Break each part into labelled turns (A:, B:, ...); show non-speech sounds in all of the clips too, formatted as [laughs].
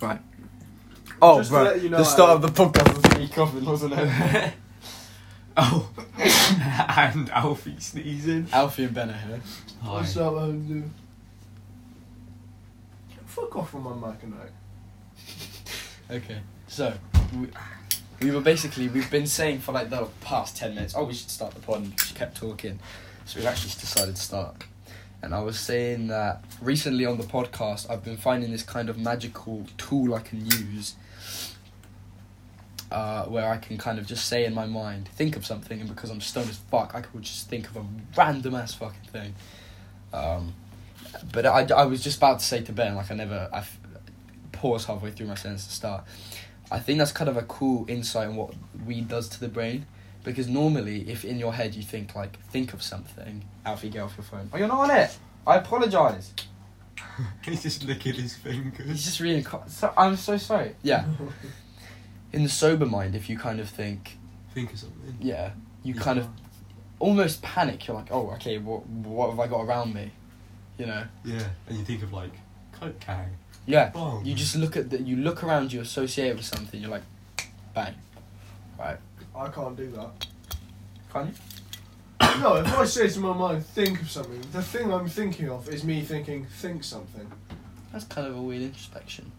A: Right. Oh,
B: Just to
A: right.
B: let you know,
A: the start
B: I-
A: of the podcast was me coughing, wasn't it?
C: [laughs] oh, [laughs] and Alfie sneezing.
A: Alfie and Ben are here.
C: Hi.
B: up, Andrew? Fuck off from my mic and that.
A: Okay, so we, we were basically we've been saying for like the past ten minutes, oh, we should start the pod. And she kept talking, so we've actually decided to start. And I was saying that recently on the podcast, I've been finding this kind of magical tool I can use, uh, where I can kind of just say in my mind, think of something, and because I'm stoned as fuck, I could just think of a random ass fucking thing. Um, but I, I was just about to say to Ben, like I never I f- pause halfway through my sentence to start. I think that's kind of a cool insight on what weed does to the brain. Because normally, if in your head you think, like, think of something, Alfie, get off your phone. Oh, you're not on it! I apologise.
C: [laughs] He's just licking his
A: He's
C: fingers.
A: just really. Inco- so, I'm so sorry. Yeah. In the sober mind, if you kind of think,
C: Think of something.
A: yeah, you kind of almost panic. You're like, oh, okay, what, what have I got around me? You know?
C: Yeah, and you think of like coke can.
A: Yeah.
C: Bomb.
A: You just look at the, you look around, you associate it with something, you're like, bang. Right.
B: [laughs] I can't do that. [coughs]
A: Can't you?
B: no, if I say to my mind, think of something, the thing I'm thinking of is me thinking, think something.
A: That's kind of a weird introspection.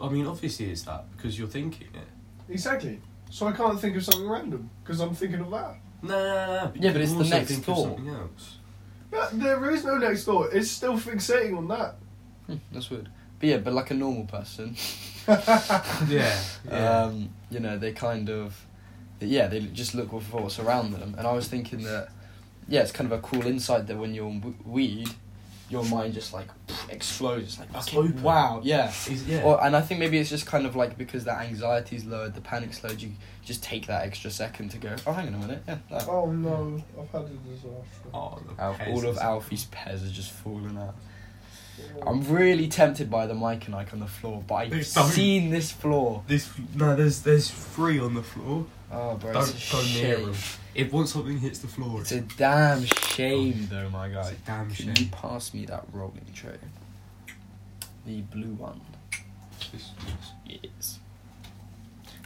C: I mean, obviously it's that because you're thinking it.
B: Exactly. So I can't think of something random because I'm thinking of that.
C: No, no, no, no.
A: Yeah, but
C: you
A: it's the
C: also
A: next
C: think of
A: thought. [laughs]
C: Something else.
B: But there is no next thought. It's still fixating on that. [laughs]
A: Hmm, that's weird. But yeah, but like a normal person,
C: yeah, yeah.
A: um, you know, they kind of, yeah, they just look for what's around them. And I was thinking that, yeah, it's kind of a cool insight that when you're on w- weed, your mind just like explodes. It's like,
C: It's
A: okay,
C: open.
A: wow, yeah.
C: Is- yeah.
A: Or, and I think maybe it's just kind of like because that anxiety's lowered, the panic's lowered, you just take that extra second to go, oh, hang on a minute, yeah. that."
B: Oh no, I've had a disaster.
C: oh, the
A: Alf-
C: pez
A: all of
C: is-
A: Alfie's pairs are just falling out. I'm really tempted by the mic and Ike on the floor, but I've
C: Please don't.
A: seen this floor.
C: This no, there's there's three on the floor.
A: Oh, bro,
C: Don't
A: it's a
C: go near
A: shame.
C: them. If once something hits the floor,
A: It's a damn shame, though, my guy.
C: it's a Oh, damn
A: Can you
C: shame.
A: pass me that rolling tray? The blue one.
C: It's-
A: Yes.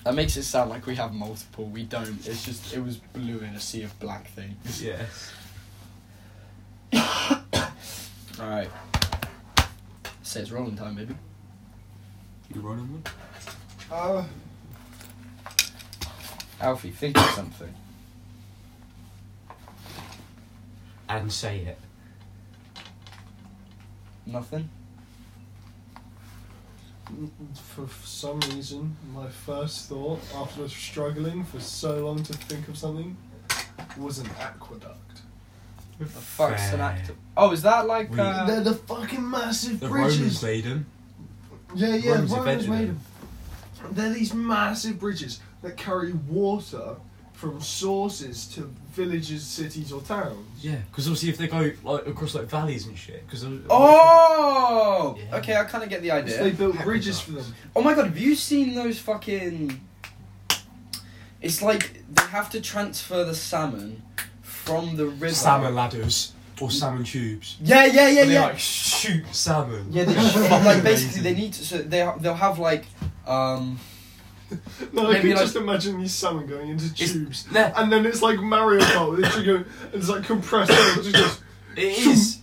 A: That makes it sound like we have multiple. We don't. It's just it was blue in a sea of black
C: it's-
A: things.
C: Yes.
A: All right. Say it's rolling time, baby.
C: You running one?
B: Uh,
A: Alfie, think of something.
C: And say it.
A: Nothing.
B: for some reason, my first thought after struggling for so long to think of something was an aqueduct.
A: The fuck's an
C: Fair.
A: act? Oh, is that like?
C: We-
A: Uh,
B: They're the fucking massive
C: The Romans
B: bridges.
C: made 'em.
B: yeah, yeah,
C: Romans
B: Romans,
C: invented
B: made
C: them.
B: them. They're these massive bridges that carry water from sources to villages, cities, or towns.
C: Yeah, because obviously if they go like across like valleys and shit, because
A: Oh,
C: Yeah.
A: okay, I kind of get the idea.
B: So they built
C: Aqueducts.
B: bridges for them.
A: Oh my god, have you seen those fucking? It's like they have to transfer the salmon from the river.
C: salmon ladders or salmon tubes.
A: Yeah, yeah, yeah,
C: and they
A: yeah.
C: like shoot salmon.
A: yeah, they should,
C: [laughs]
A: like basically they need to. So they they'll have like, um,
B: No, I
A: Maybe
B: can
A: like-
B: just imagine these salmon going into
C: It's-
B: tubes.
C: Nah,
B: And then it's like Mario Kart, it's, like a- it's like compressed air, which is just
C: it is.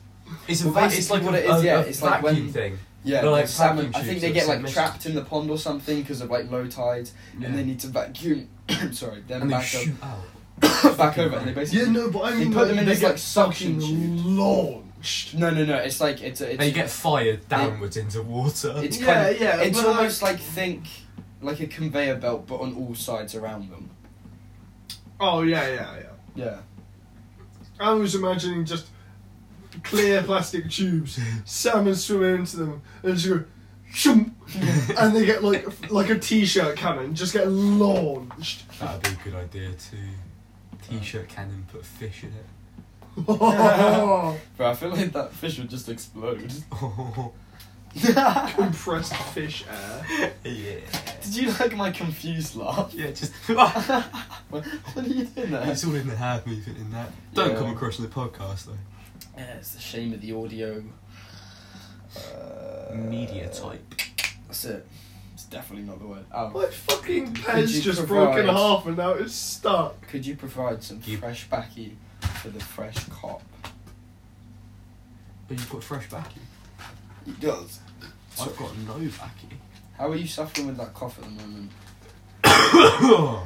C: It's a
A: Well,
C: va-
A: basically
C: it's like
A: what
C: a,
A: it is,
C: a-
A: yeah,
C: a
A: it's like
C: vacuum
A: when-
C: thing.
A: yeah,
C: They're like
A: the salmon.
C: vacuum
A: I think
C: tubes
A: they
C: that
A: get
C: send
A: like
C: messages.
A: trapped in the pond or something because of like low tides, and they need to vacuum. [coughs] sorry, then
C: and they
A: back
C: shoot out.
A: up, back over, and they basically.
B: Yeah, no, but I
A: They
B: mean,
A: put them in
B: they
A: as,
B: get
A: like, suction
B: fucking
A: tubes.
B: launched.
A: No, no, no. It's like it's a, it's.
C: They get fired downwards into water.
A: It's
B: Yeah,
A: kind of,
B: yeah,
A: It's
B: but
A: almost like think like a conveyor belt, but on all sides around them.
B: Oh yeah, yeah, yeah.
A: Yeah.
B: I was imagining just clear plastic tubes, salmon swimming into them, and just go,
A: [laughs]
B: shoom, and they get like like a t-shirt cannon, just get
A: [laughs]
B: launched.
C: That'd be a good idea to t-shirt cannon put fish in it. [laughs]
A: [laughs] But I feel like that fish would just [laughs] explode.
C: Oh
A: Did
B: Compressed fish air.
C: yeah,
A: you like my confused laugh? [laughs]
C: yeah. Just [laughs]
A: What what are you doing there?
C: it's all in the hand movement in that. Don't
A: Yeah.
C: come across in the podcast though.
A: Yeah, it's the shame of the audio. Uh,
C: type.
A: That's it. It's definitely not the word. Oh,
B: My fucking
A: Could
B: pen's
A: you
B: just
A: provide-
B: broken half and now it's stuck.
A: could you provide some
C: You-
A: fresh backy for the fresh cop?
C: But you've got fresh backing.
A: He does.
C: I've got no backing.
A: How are you suffering with that cough at the moment?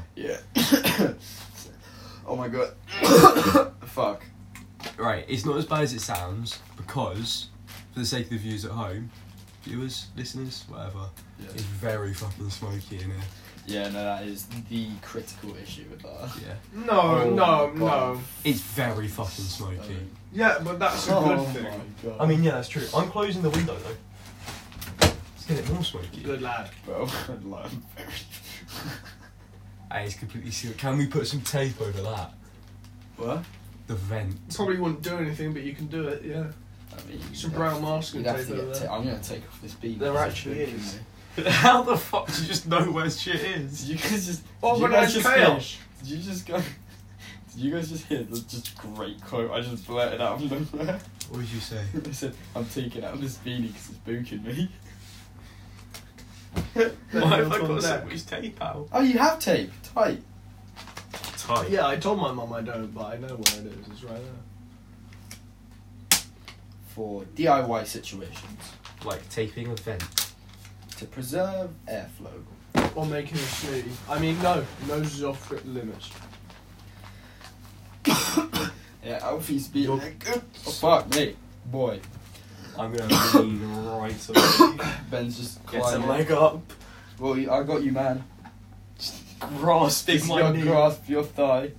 C: [coughs]
A: Yeah. [coughs] oh my god. [coughs] Fuck.
C: right, it's not as bad as it sounds because, for the sake of the viewers at home, viewers, listeners, whatever, it's
A: Yeah.
C: very fucking smoky in here.
A: yeah, no, that is the critical issue with that.
C: Yeah.
B: No,
A: Oh
B: no,
A: my God.
B: no.
C: It's very fucking smoky.
B: Yeah, but that's a
A: Oh
B: good thing.
A: my god.
C: I mean, yeah, that's true. I'm closing the window though. It's getting more smoky.
B: Good lad.
A: bro, I'd [laughs] love
C: Hey, it's completely sealed. Can we put some tape over that?
A: What?
C: The vent.
B: Probably wouldn't do anything, but you can do it, yeah.
A: I mean,
B: Some brown mask
A: You'd have
B: and tape
A: to get
B: over
A: ta-
B: there.
A: I'm gonna take off this beat.
B: There
A: because
B: actually
A: it's big,
B: is.
A: isn't
C: [laughs] How the fuck do you just know where shit
A: it?
C: is?
A: [laughs] Did you guys just?
B: Oh,
A: did you
B: but
A: guys
B: that's
A: just
B: kale.
A: hear- Did you just go? Did you guys just hear the just great quote I just blurted out of [laughs] nowhere?
C: What did you say?
A: I said, "I'm taking out this beanie because it's booking me." [laughs]
C: Why
B: Then
C: have I
B: you'll
C: got so
B: come
C: much tape out?
A: Oh, you have tape tight.
B: back.
C: Tight.
B: Yeah, I told my mum I don't, but I know where it is. It's right there.
A: for DIY situations
C: Like taping a vent.
A: to preserve airflow.
B: Or making a smoothie. I mean, no, noses off strict limits.
A: Yeah, Alfie's being like, "Oh, fuck me, boy."
C: I'm gonna
D: [coughs]
C: lean right away.
A: Ben's just
C: Get a
A: climbing.
C: leg up.
A: well, you- I got you, man.
C: Grasping
A: Fix
C: my
A: your
C: knee.
A: grasp, your thigh.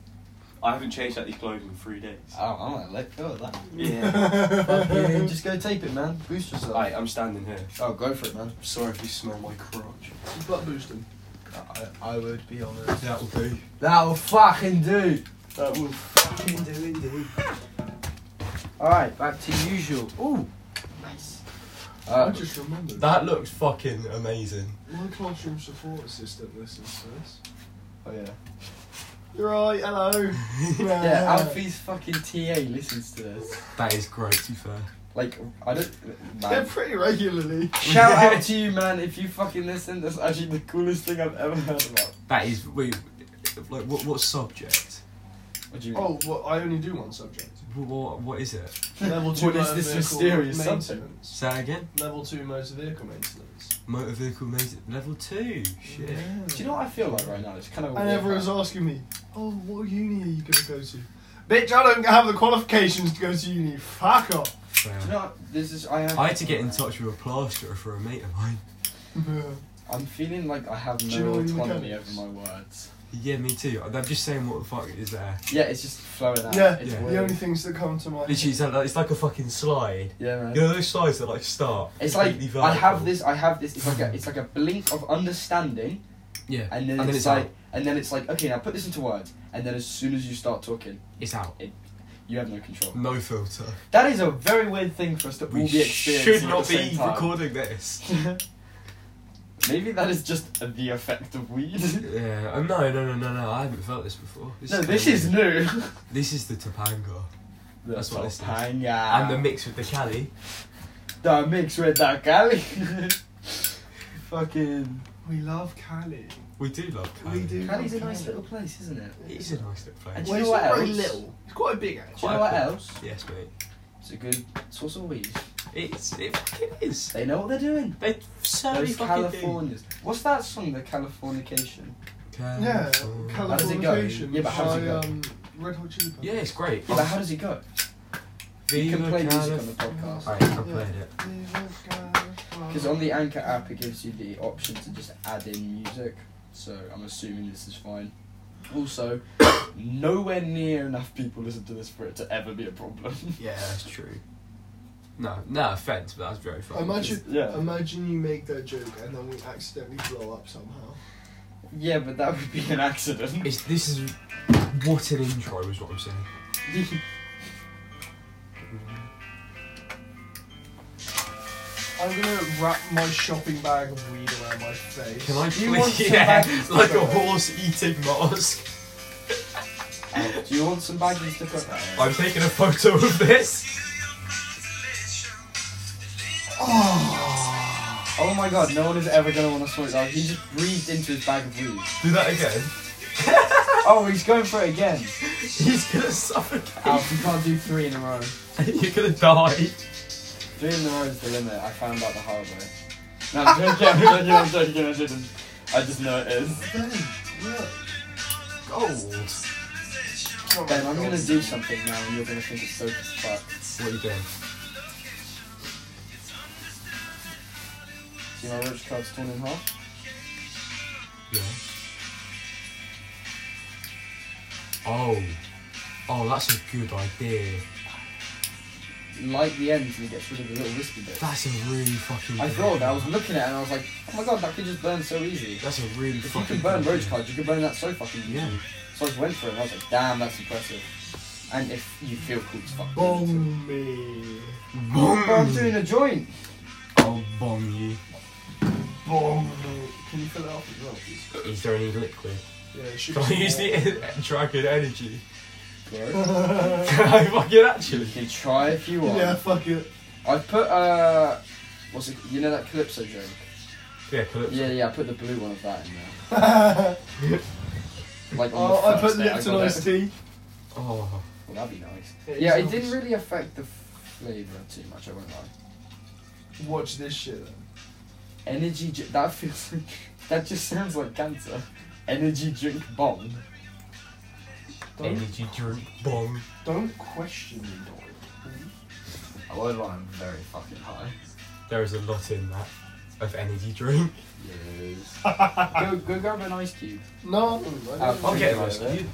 D: I haven't changed out these clothes in three days.
A: Oh, I'm gonna let go of that.
B: [laughs]
D: Yeah.
A: Fucking just go tape it, man. Boost yourself.
D: Alright, I'm standing here.
A: Oh, go for it, man.
D: Sorry if you smell my crotch.
B: Butt boosting.
A: I, I would be honoured.
C: That will do.
A: That'll fucking do.
B: That will
A: Fucking do indeed. Alright, back to usual. Ooh, nice.
B: I
A: Uh,
B: just remembered.
C: That looks fucking amazing. [laughs]
B: My classroom support assistant listens to this.
A: oh yeah.
B: You're right, hello.
A: [laughs] Yeah, Alfie's fucking TA listens to this.
C: That is great, to be fair.
A: Like, I don't.
B: Yeah,
A: Man.
B: pretty regularly.
A: Shout out to you, man, if you fucking listen. That's actually the coolest thing I've ever heard about.
C: That is wait, like what? What subject?
A: What do you mean?
B: Oh, well, I only do
A: [laughs]
B: one subject.
C: What? What is it?
B: Level two
A: What is
B: motor
A: this
B: vehicle
A: mysterious
B: maintenance.
C: Say that again.
B: Level two motor vehicle maintenance.
C: Motor vehicle amazing level two. Shit.
A: Do you know what I feel like right now? It's kind of. a
B: And
A: walkout.
B: everyone's asking me, "Oh, what uni are you gonna go to?" Bitch, I don't have the qualifications to go to uni. Fuck off. [laughs]
A: Do you know what? This is. I have.
C: I had to get in touch with a plasterer for a mate of mine.
A: I'm feeling like I have no
B: Dueling
A: autonomy over
B: mechanics.
A: my words.
C: Yeah, me too. I'm just saying what the fuck is there.
A: Yeah, it's just flowing out.
B: yeah,
A: it's
C: yeah.
A: weird.
B: the only things that come to mind.
C: Literally, it's like, it's like a fucking slide.
A: Yeah, man.
C: You know those slides that like start.
A: It's like
C: completely
A: I have
C: vertical?
A: this. I have this. It's like a. It's like a blink of understanding,
C: Yeah,
A: and then it's, like, and then it's like, okay, now put this into words, and then as soon as you start talking,
C: it's out.
A: you have no control.
C: No filter.
A: That is a very weird thing for us to all
C: We
A: be experiencing
C: should
A: at
C: not
A: the same
C: be
A: time.
C: recording this.
A: [laughs] Maybe that is just the effect of weed. [laughs]
C: Yeah, um, no, no, no, no, no. I haven't felt this before.
A: no,
C: kinda
A: this is
C: weird.
A: new.
C: This is the Topanga. That's what this is.
A: Hang
C: And
A: on.
C: the mix with the Cali.
A: That mix with that Cali. [laughs] Fucking.
B: We love Cali.
C: We do love Cali.
A: Cali's a nice little place, isn't it?
C: It is a nice little
A: And
C: place.
A: do you know
B: Well, it's
A: what
B: not very
A: else?
B: little. It's quite a big actually.
A: Do you know what else?
C: Yes, mate.
A: It's a good source of weed.
C: It's it fucking is.
A: They know what they're doing.
C: They certainly
A: Those
C: fucking do.
A: Californias. What's that song, The Californication?
B: Yeah,
C: California.
A: How does it go?
B: Californication.
A: Yeah, but how does it go?
B: by, um, Red Hot Chili Peppers.
C: Yeah, it's great.
A: Yeah, but how does it go? You can play music on the podcast.
C: Alright, I'm playing it.
A: Because on the Anchor app, it gives you the option to just add in music. So I'm assuming this is fine. Also, nowhere near enough people listen to this for it to ever be a problem. [laughs]
C: Yeah, that's true. No, no offense, but that's very funny.
B: Imagine,
A: Yeah.
B: imagine you make that joke and then we accidentally blow up somehow.
A: yeah, but that would be an accident.
C: It's, this is what an intro is what I'm saying.
B: I'm gonna wrap my shopping bag of weed around my face.
C: Can I
A: Do you
C: please-
A: want some
C: yeah,
A: baggies to
C: [laughs] like
A: put
C: a
A: on?
C: horse eating mask.
A: [laughs] Do you want some baggies to put that on?
C: I'm taking a photo of this.
A: Oh my god, no one is ever gonna want to smoke that. He just breathed into his bag of weed.
C: Do that again.
A: Oh, he's going for it again.
C: He's gonna suffocate. [laughs]
A: Alf, you can't do three in a row.
C: You're gonna die.
A: Three in a row is the limit. I found out the hard way. No, [laughs] I'm joking, I'm joking, I'm joking, I didn't. I just know it is.
B: Ben, look.
C: Gold.
B: Oh my
A: Ben, I'm
B: God.
A: gonna do something now and you're gonna think it's so as fuck.
C: What are you doing?
A: See my roach card's torn in half?
C: Yeah. Oh. Oh, that's a good idea.
A: Light the ends and it gets rid of the little wispy bit.
C: That's a really fucking.
A: I
C: good
A: thought I
C: idea.
A: was looking at it and I was like, oh my god, that could just burn so easy.
C: That's a really
A: If you
C: fucking.
A: can burn
C: good
A: roach
C: idea.
A: cards, you can burn that so fucking easy.
C: Yeah.
A: So I just went for it and I was like, damn, that's impressive. And if you feel cool as fuck. do it too.
B: Bong me.
A: Bro, I'm doing a [laughs] joint.
C: I'll bong you.
B: Bong me. Can you fill it up as well, please?
C: Is there any [laughs] liquid?
B: Yeah, it should
C: Can I
B: be
C: use
B: more.
C: the en- dragon energy? [laughs]
A: Bro.
C: Can I fucking actually?
A: You can try if you want.
B: [laughs] Yeah, fuck
A: [laughs]
B: it.
A: I put uh, what's it? You know that Calypso drink?
C: Yeah, Calypso.
A: Yeah, yeah. I put the blue one of that in there. Like on
B: Oh, I
A: the
B: put
A: first day I
B: Lipton
A: got
B: iced
A: it.
B: tea.
C: Oh.
A: Well, that'd be nice.
B: Yeah,
A: Yeah, it
B: it's
A: didn't
B: nice.
A: really affect the flavour too much. I won't lie.
B: Watch this shit. Then.
A: Energy dri- that feels [laughs] that just sounds like cancer. Energy drink bomb.
B: Don't,
C: Energy drink bong.
B: don't question me, Doyle.
A: I won't lie, I'm very fucking high.
C: There is a lot in that of energy drink.
A: [laughs] Yes. go go grab an ice cube.
B: No, I don't.
A: I'll
B: know.
A: get it, Ross. You-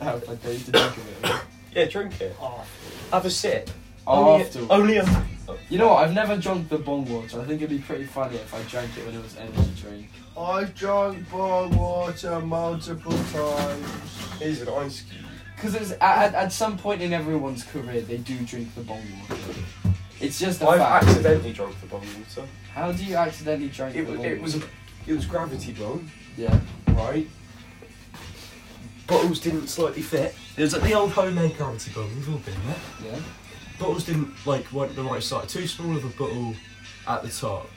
A: Have I dare you to drink of [laughs] it.
C: Yeah, drink it.
B: Oh,
C: Have a sip.
A: Afterwards.
C: Only a.
A: You know what? I've never drunk the bong water. I think it'd be pretty funny if I drank it when it was energy drink.
B: I've drunk bong water multiple times.
D: Here's an ice cube.
A: Because it's at, at, at some point in everyone's career, they do drink the bong water. It's just a
D: I've
A: fact.
D: accidentally drunk the bong water.
A: How do you accidentally drink
D: It,
A: the
D: wa-
A: bong
D: it was a, it was gravity blown,
A: Yeah.
D: right?
C: Bottles didn't slightly fit. It was like the old homemade gravity bong. We've all been there.
A: Yeah.
C: bottles didn't like weren't the right size. Too small of a bottle at the top,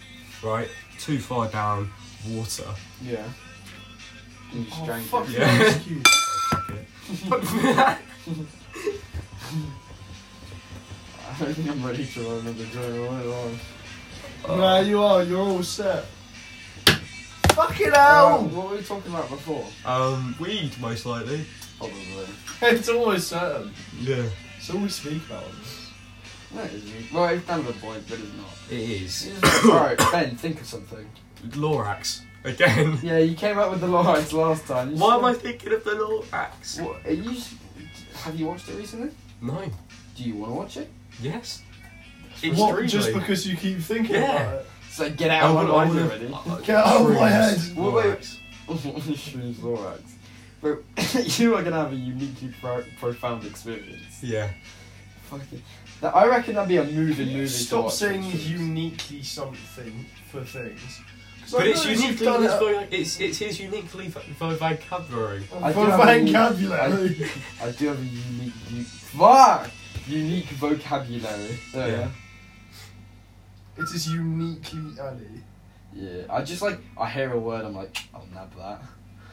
C: right? Too far down, [laughs] water.
A: Yeah. You just
B: Oh,
A: drank
B: fuck
A: it.
C: yeah.
B: the ice cube.
A: [laughs] I don't think I'm ready to roll another joint. I won't lie. [laughs]
B: Nah, you are. You're all set. Fucking
A: Uh,
B: hell! [laughs]
A: what were we talking about before?
C: um, weed most likely.
A: Probably.
B: It's always certain.
C: Yeah,
B: It's all we speak about. on this.
A: No, it isn't. Well, it's kind of a point, but it's not.
C: it is.
A: Alright, Ben, think of something.
C: Lorax again.
A: Yeah, you came up with the lies last time. You
C: [laughs] Why am
A: said-
C: I thinking of the Lorax?
A: What, are you, have you watched it recently?
C: No.
A: Do you want to watch it?
C: Yes.
B: What? Just because you keep thinking
C: Yeah.
B: about it?
A: So get
C: I
A: out of
C: would,
A: my
C: I
A: mind
C: would
A: already. [laughs]
B: Get out of my head.
A: Well, wait.
C: Lorax.
A: Shrooms Lorax. Bro, [laughs] you are gonna have a uniquely pro- profound experience.
C: Yeah.
A: Fucking. That, I reckon that'd be a moving movie. to
B: Stop
A: watch,
B: saying
A: actually.
B: uniquely something for things. 'Cause
C: But
B: I
C: it's
B: know you've
C: uniquely
B: done it
C: it's it's his uniquely v- v- vocabulary.
A: I
B: for
A: do have a unique-
B: vocabulary.
A: I do have a unique. U- fuck! Unique vocabulary. There we
C: Yeah.
A: are.
B: [laughs] It is uniquely Ali.
A: Yeah. I just like, I hear a word, I'm like, I'll nab that.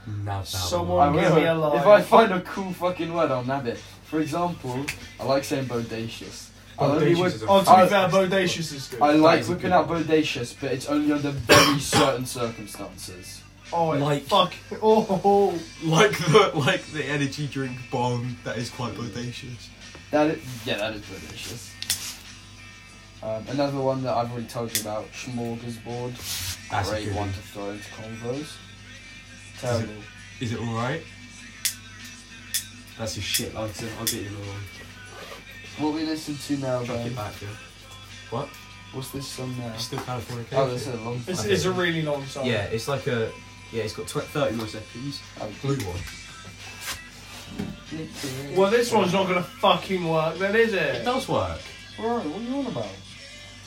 C: Nab that
B: Someone-
C: one.
A: I
B: give
A: will.
B: me a line.
A: If I find a cool fucking word, I'll nab it. For example, I like saying bodacious. I'll only
C: Bodacious
A: work-
C: is a
B: Oh, to
A: I-
B: be fair, bodacious is good.
A: I like
C: is a
A: whipping
C: good
A: out
C: one.
A: bodacious, but it's only under very certain circumstances.
B: oh, it-
C: like-
B: fuck. Oh, ho, ho.
C: Like the like the energy drink bomb that is quite bodacious.
A: That is, yeah, that is bodacious. Um, another one that I've already told you about, smorgasbord.
C: That's a
A: Great
C: good
A: one
C: one.
A: to throw into convos. Terrible.
C: Is it all right? That's a shit answer. I'll get you another one.
A: What we listen to now,
C: Chuck it
A: Ben?
C: back, yeah.
A: What's this song now?
C: It's still California.
A: Oh, that's a long
B: It's,
C: Okay.
B: it's a really long song.
C: Yeah, it's like a yeah. It's got tw- thirty more seconds.
A: Oh,
C: Blue one.
A: Nicky.
B: Well, this one's not gonna fucking work, then, is
C: It
B: it?
C: does work.
A: Bro, what are you on about?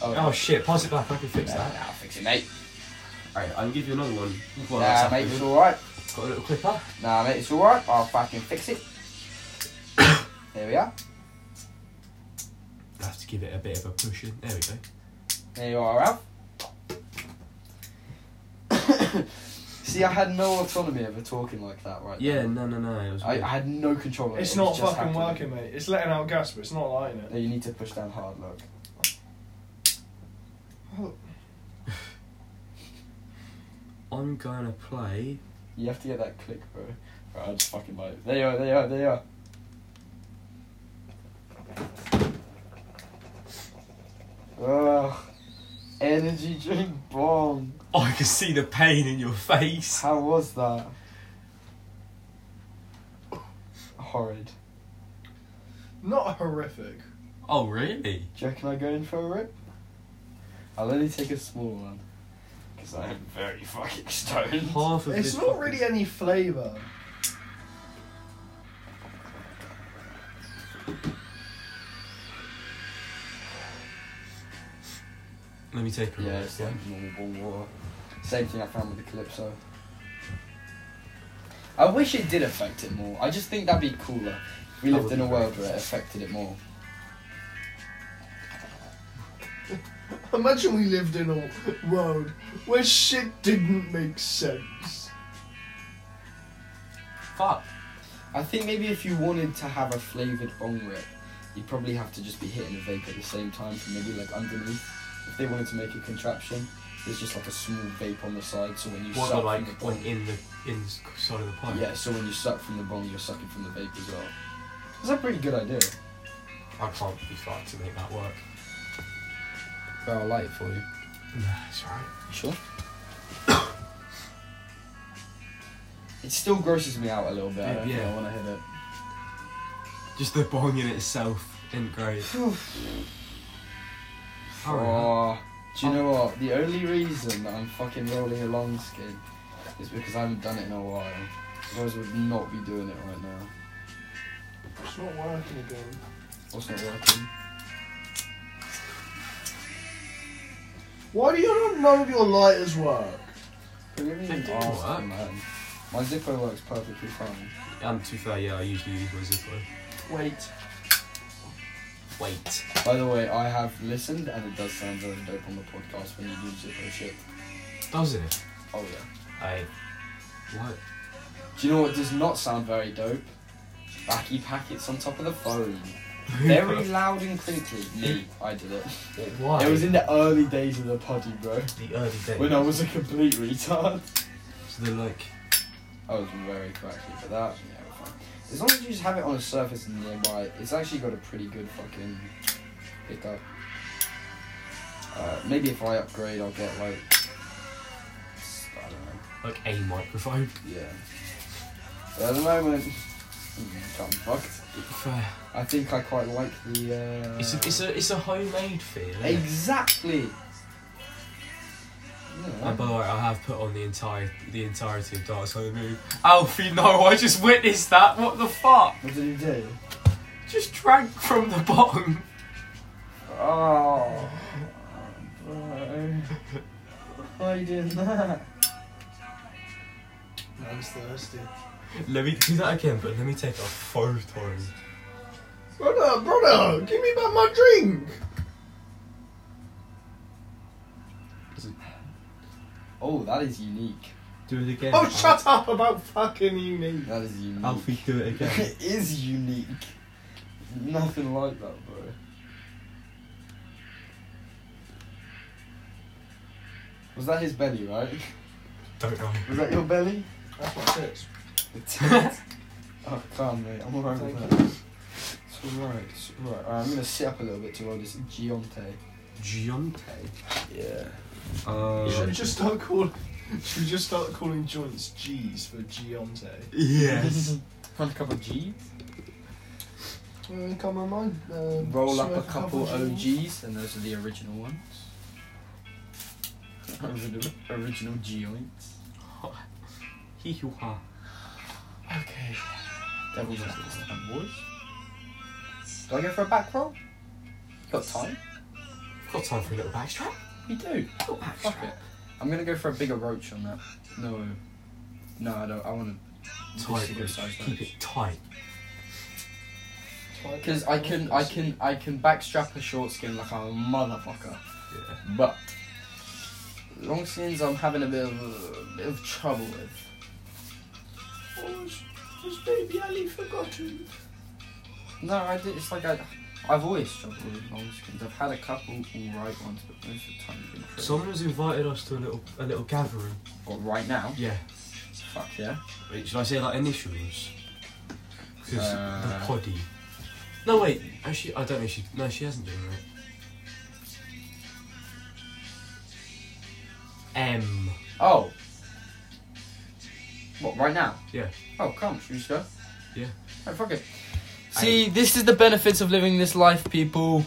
C: Oh shit! Pass it back. I can fix
A: Nah,
C: that.
A: nah, I'll fix it, mate.
C: All right, I'll give you another one. Well,
A: nah,
C: that's
A: mate,
C: happened.
A: it's alright.
C: Got a little clipper.
A: Nah, mate, it's alright. I'll fucking fix
C: [coughs]
A: it. there we are.
C: I have to give it a bit of a push in. There we go. [coughs]
A: There you are, Alf. See, I had no autonomy over talking like that right
C: Yeah,
A: now.
C: no, no, no. It was
A: I,
C: weird.
A: I had no control over it.
B: It's
A: it
B: not
A: was just
B: fucking
A: happening.
B: working, mate. It's letting out gas, but it's not lighting
A: No,
B: it.
A: you need to push down hard, look.
C: I'm gonna play.
A: You have to get that click, bro. Right, I'll just fucking buy it. There you are, there you are, there you are. Ugh. Energy drink bomb.
C: Oh, I can see the pain in your face.
A: How was that? Horrid.
B: Not horrific.
C: Oh, really?
A: Do you reckon I go in for a rip? I'll only take a small one. Because I am very fucking stoned.
C: Half of
B: It's
C: this
B: not
C: fucking-
B: really any flavour.
C: Let me take a
A: Yeah,
C: yeah,
A: it's like normal water. Same thing I found with the Calypso. I wish it did affect it more. I just think that'd be cooler. We
C: That
A: lived
C: would
A: in
C: be
A: a
C: very
A: world where it affected it more.
B: Imagine we lived in a world where shit didn't make sense.
C: Fuck.
A: I think maybe if you wanted to have a flavoured bong rip, you'd probably have to just be hitting a vape at the same time from maybe like underneath. If they wanted to make a contraption, there's just like a small vape on the side, so when you
C: What,
A: suck
C: like,
A: from the
C: went
A: bong,
C: in the inside of the pipe?
A: Oh, yeah, so when you suck from the bong, you're sucking from the vape as well. That's a pretty good idea.
C: I can't be fucked to make that work.
A: Bro, I'll light it for you.
C: Nah, it's alright.
A: Sure. [coughs] it still grosses me out a little bit. I don't
C: Yeah.
A: think I want to hit it.
C: Just the bong in itself isn't great. Alright.
A: Oh, do you know what? The only reason that I'm fucking rolling a long skin is because I haven't done it in a while. Otherwise, I would not be doing it right now.
B: It's not working again.
A: What's not working?
B: Why do you not know if your lighters work?
A: But maybe
C: They
A: you
C: do
A: ask
C: work.
A: them, man. My Zippo works perfectly fine.
C: And Um, to be fair, yeah, I usually use my Zippo.
B: Wait.
C: Wait.
A: By the way, I have listened and it does sound very dope on the podcast when you do Zippo shit.
C: Does it?
A: Oh yeah.
C: I. What?
A: Do you know what does not sound very dope? Wacky packets on top of the phone. Very loud and crinkly. Me, I did it.
C: Why?
A: It was in the early days of the poddy, bro.
C: the early days.
A: When I was a complete retard.
C: So they're like,
A: I was very cracky for that. Yeah, we're fine. As long as you just have it on a surface nearby, it's actually got a pretty good fucking pickup. Uh, maybe if I upgrade, I'll get like. I don't know.
C: like a microphone.
A: Yeah. But at the moment, mm, I'm fucked.
C: Fair.
A: I think I quite like the. Uh,
C: It's a, it's a, it's a homemade feel. isn't it?
A: Exactly.
C: And by
A: Yeah.
C: the way, I have put on the entire the entirety of Dark Side of the Moon. Alfie, no, I just witnessed that. What the fuck?
A: What did he do?
C: Just drank from the bottom.
A: Oh, bro. Why are you doing that?
B: Man's thirsty.
C: Let me do that again, but let me take a photo.
B: Brother, brother, give me back my drink.
A: Oh, that is unique.
C: Do it again.
B: Oh, shut up about fucking unique.
A: That is unique.
C: Alfie, do it again.
A: [laughs] it is unique. Nothing like that, bro. Was that his belly, right?
C: [laughs] Don't know.
A: Was that your belly?
B: That's my tits.
A: [laughs] oh, calm, mate. I'm alright with
B: Thank
A: that. It's alright. It's alright. Alright, I'm gonna sit up a little bit to roll this Gionte.
C: Giante.
A: Yeah. Um, [laughs]
B: You
C: Uh,
B: should just start calling. Should we just start calling joints G's for Gionte?
C: yes.
A: Want a couple of G's?
B: Uh, come on, mine. Uh,
A: Roll up a
B: smoke
A: couple
B: of
A: OGs,
B: G's.
A: and those are the original ones. Original- [laughs] Original joints.
C: Hee hoo ha.
A: Okay. Devil's Advocate and Boys. Do I go for a back roll? Got time?
C: Got time for a little backstrap?
A: We do.
C: Little
A: Fuck it. I'm gonna go for a bigger roach on that. No. No, I don't. I want to.
C: Tight. Rich. [laughs] Keep it tight.
A: Because I can, I can, I can backstrap a short skin like I'm a motherfucker.
C: Yeah.
A: But Long scenes I'm having a bit of, a bit of trouble with.
D: Was, was Baby Ali forgotten?
A: No, I did. It's like I, I've always struggled with long skins. I've had a couple alright ones, but most of the time they've been pretty.
C: Someone has invited us to a little a little gathering.
A: Or right now.
C: Yeah.
A: Fuck yeah.
C: Wait, should I say like initials? 'Cause
A: Uh,
C: the poddy. No wait, actually I don't know. if She no, she hasn't done it. M.
A: Oh. What? Right now?
C: Yeah.
A: Oh, come, should we just go?
C: Yeah.
A: Oh, fuck it. See, this is the benefits of living this life, people.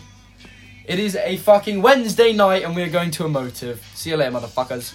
A: It is a fucking Wednesday night, and we are going to a motive. See you later, motherfuckers.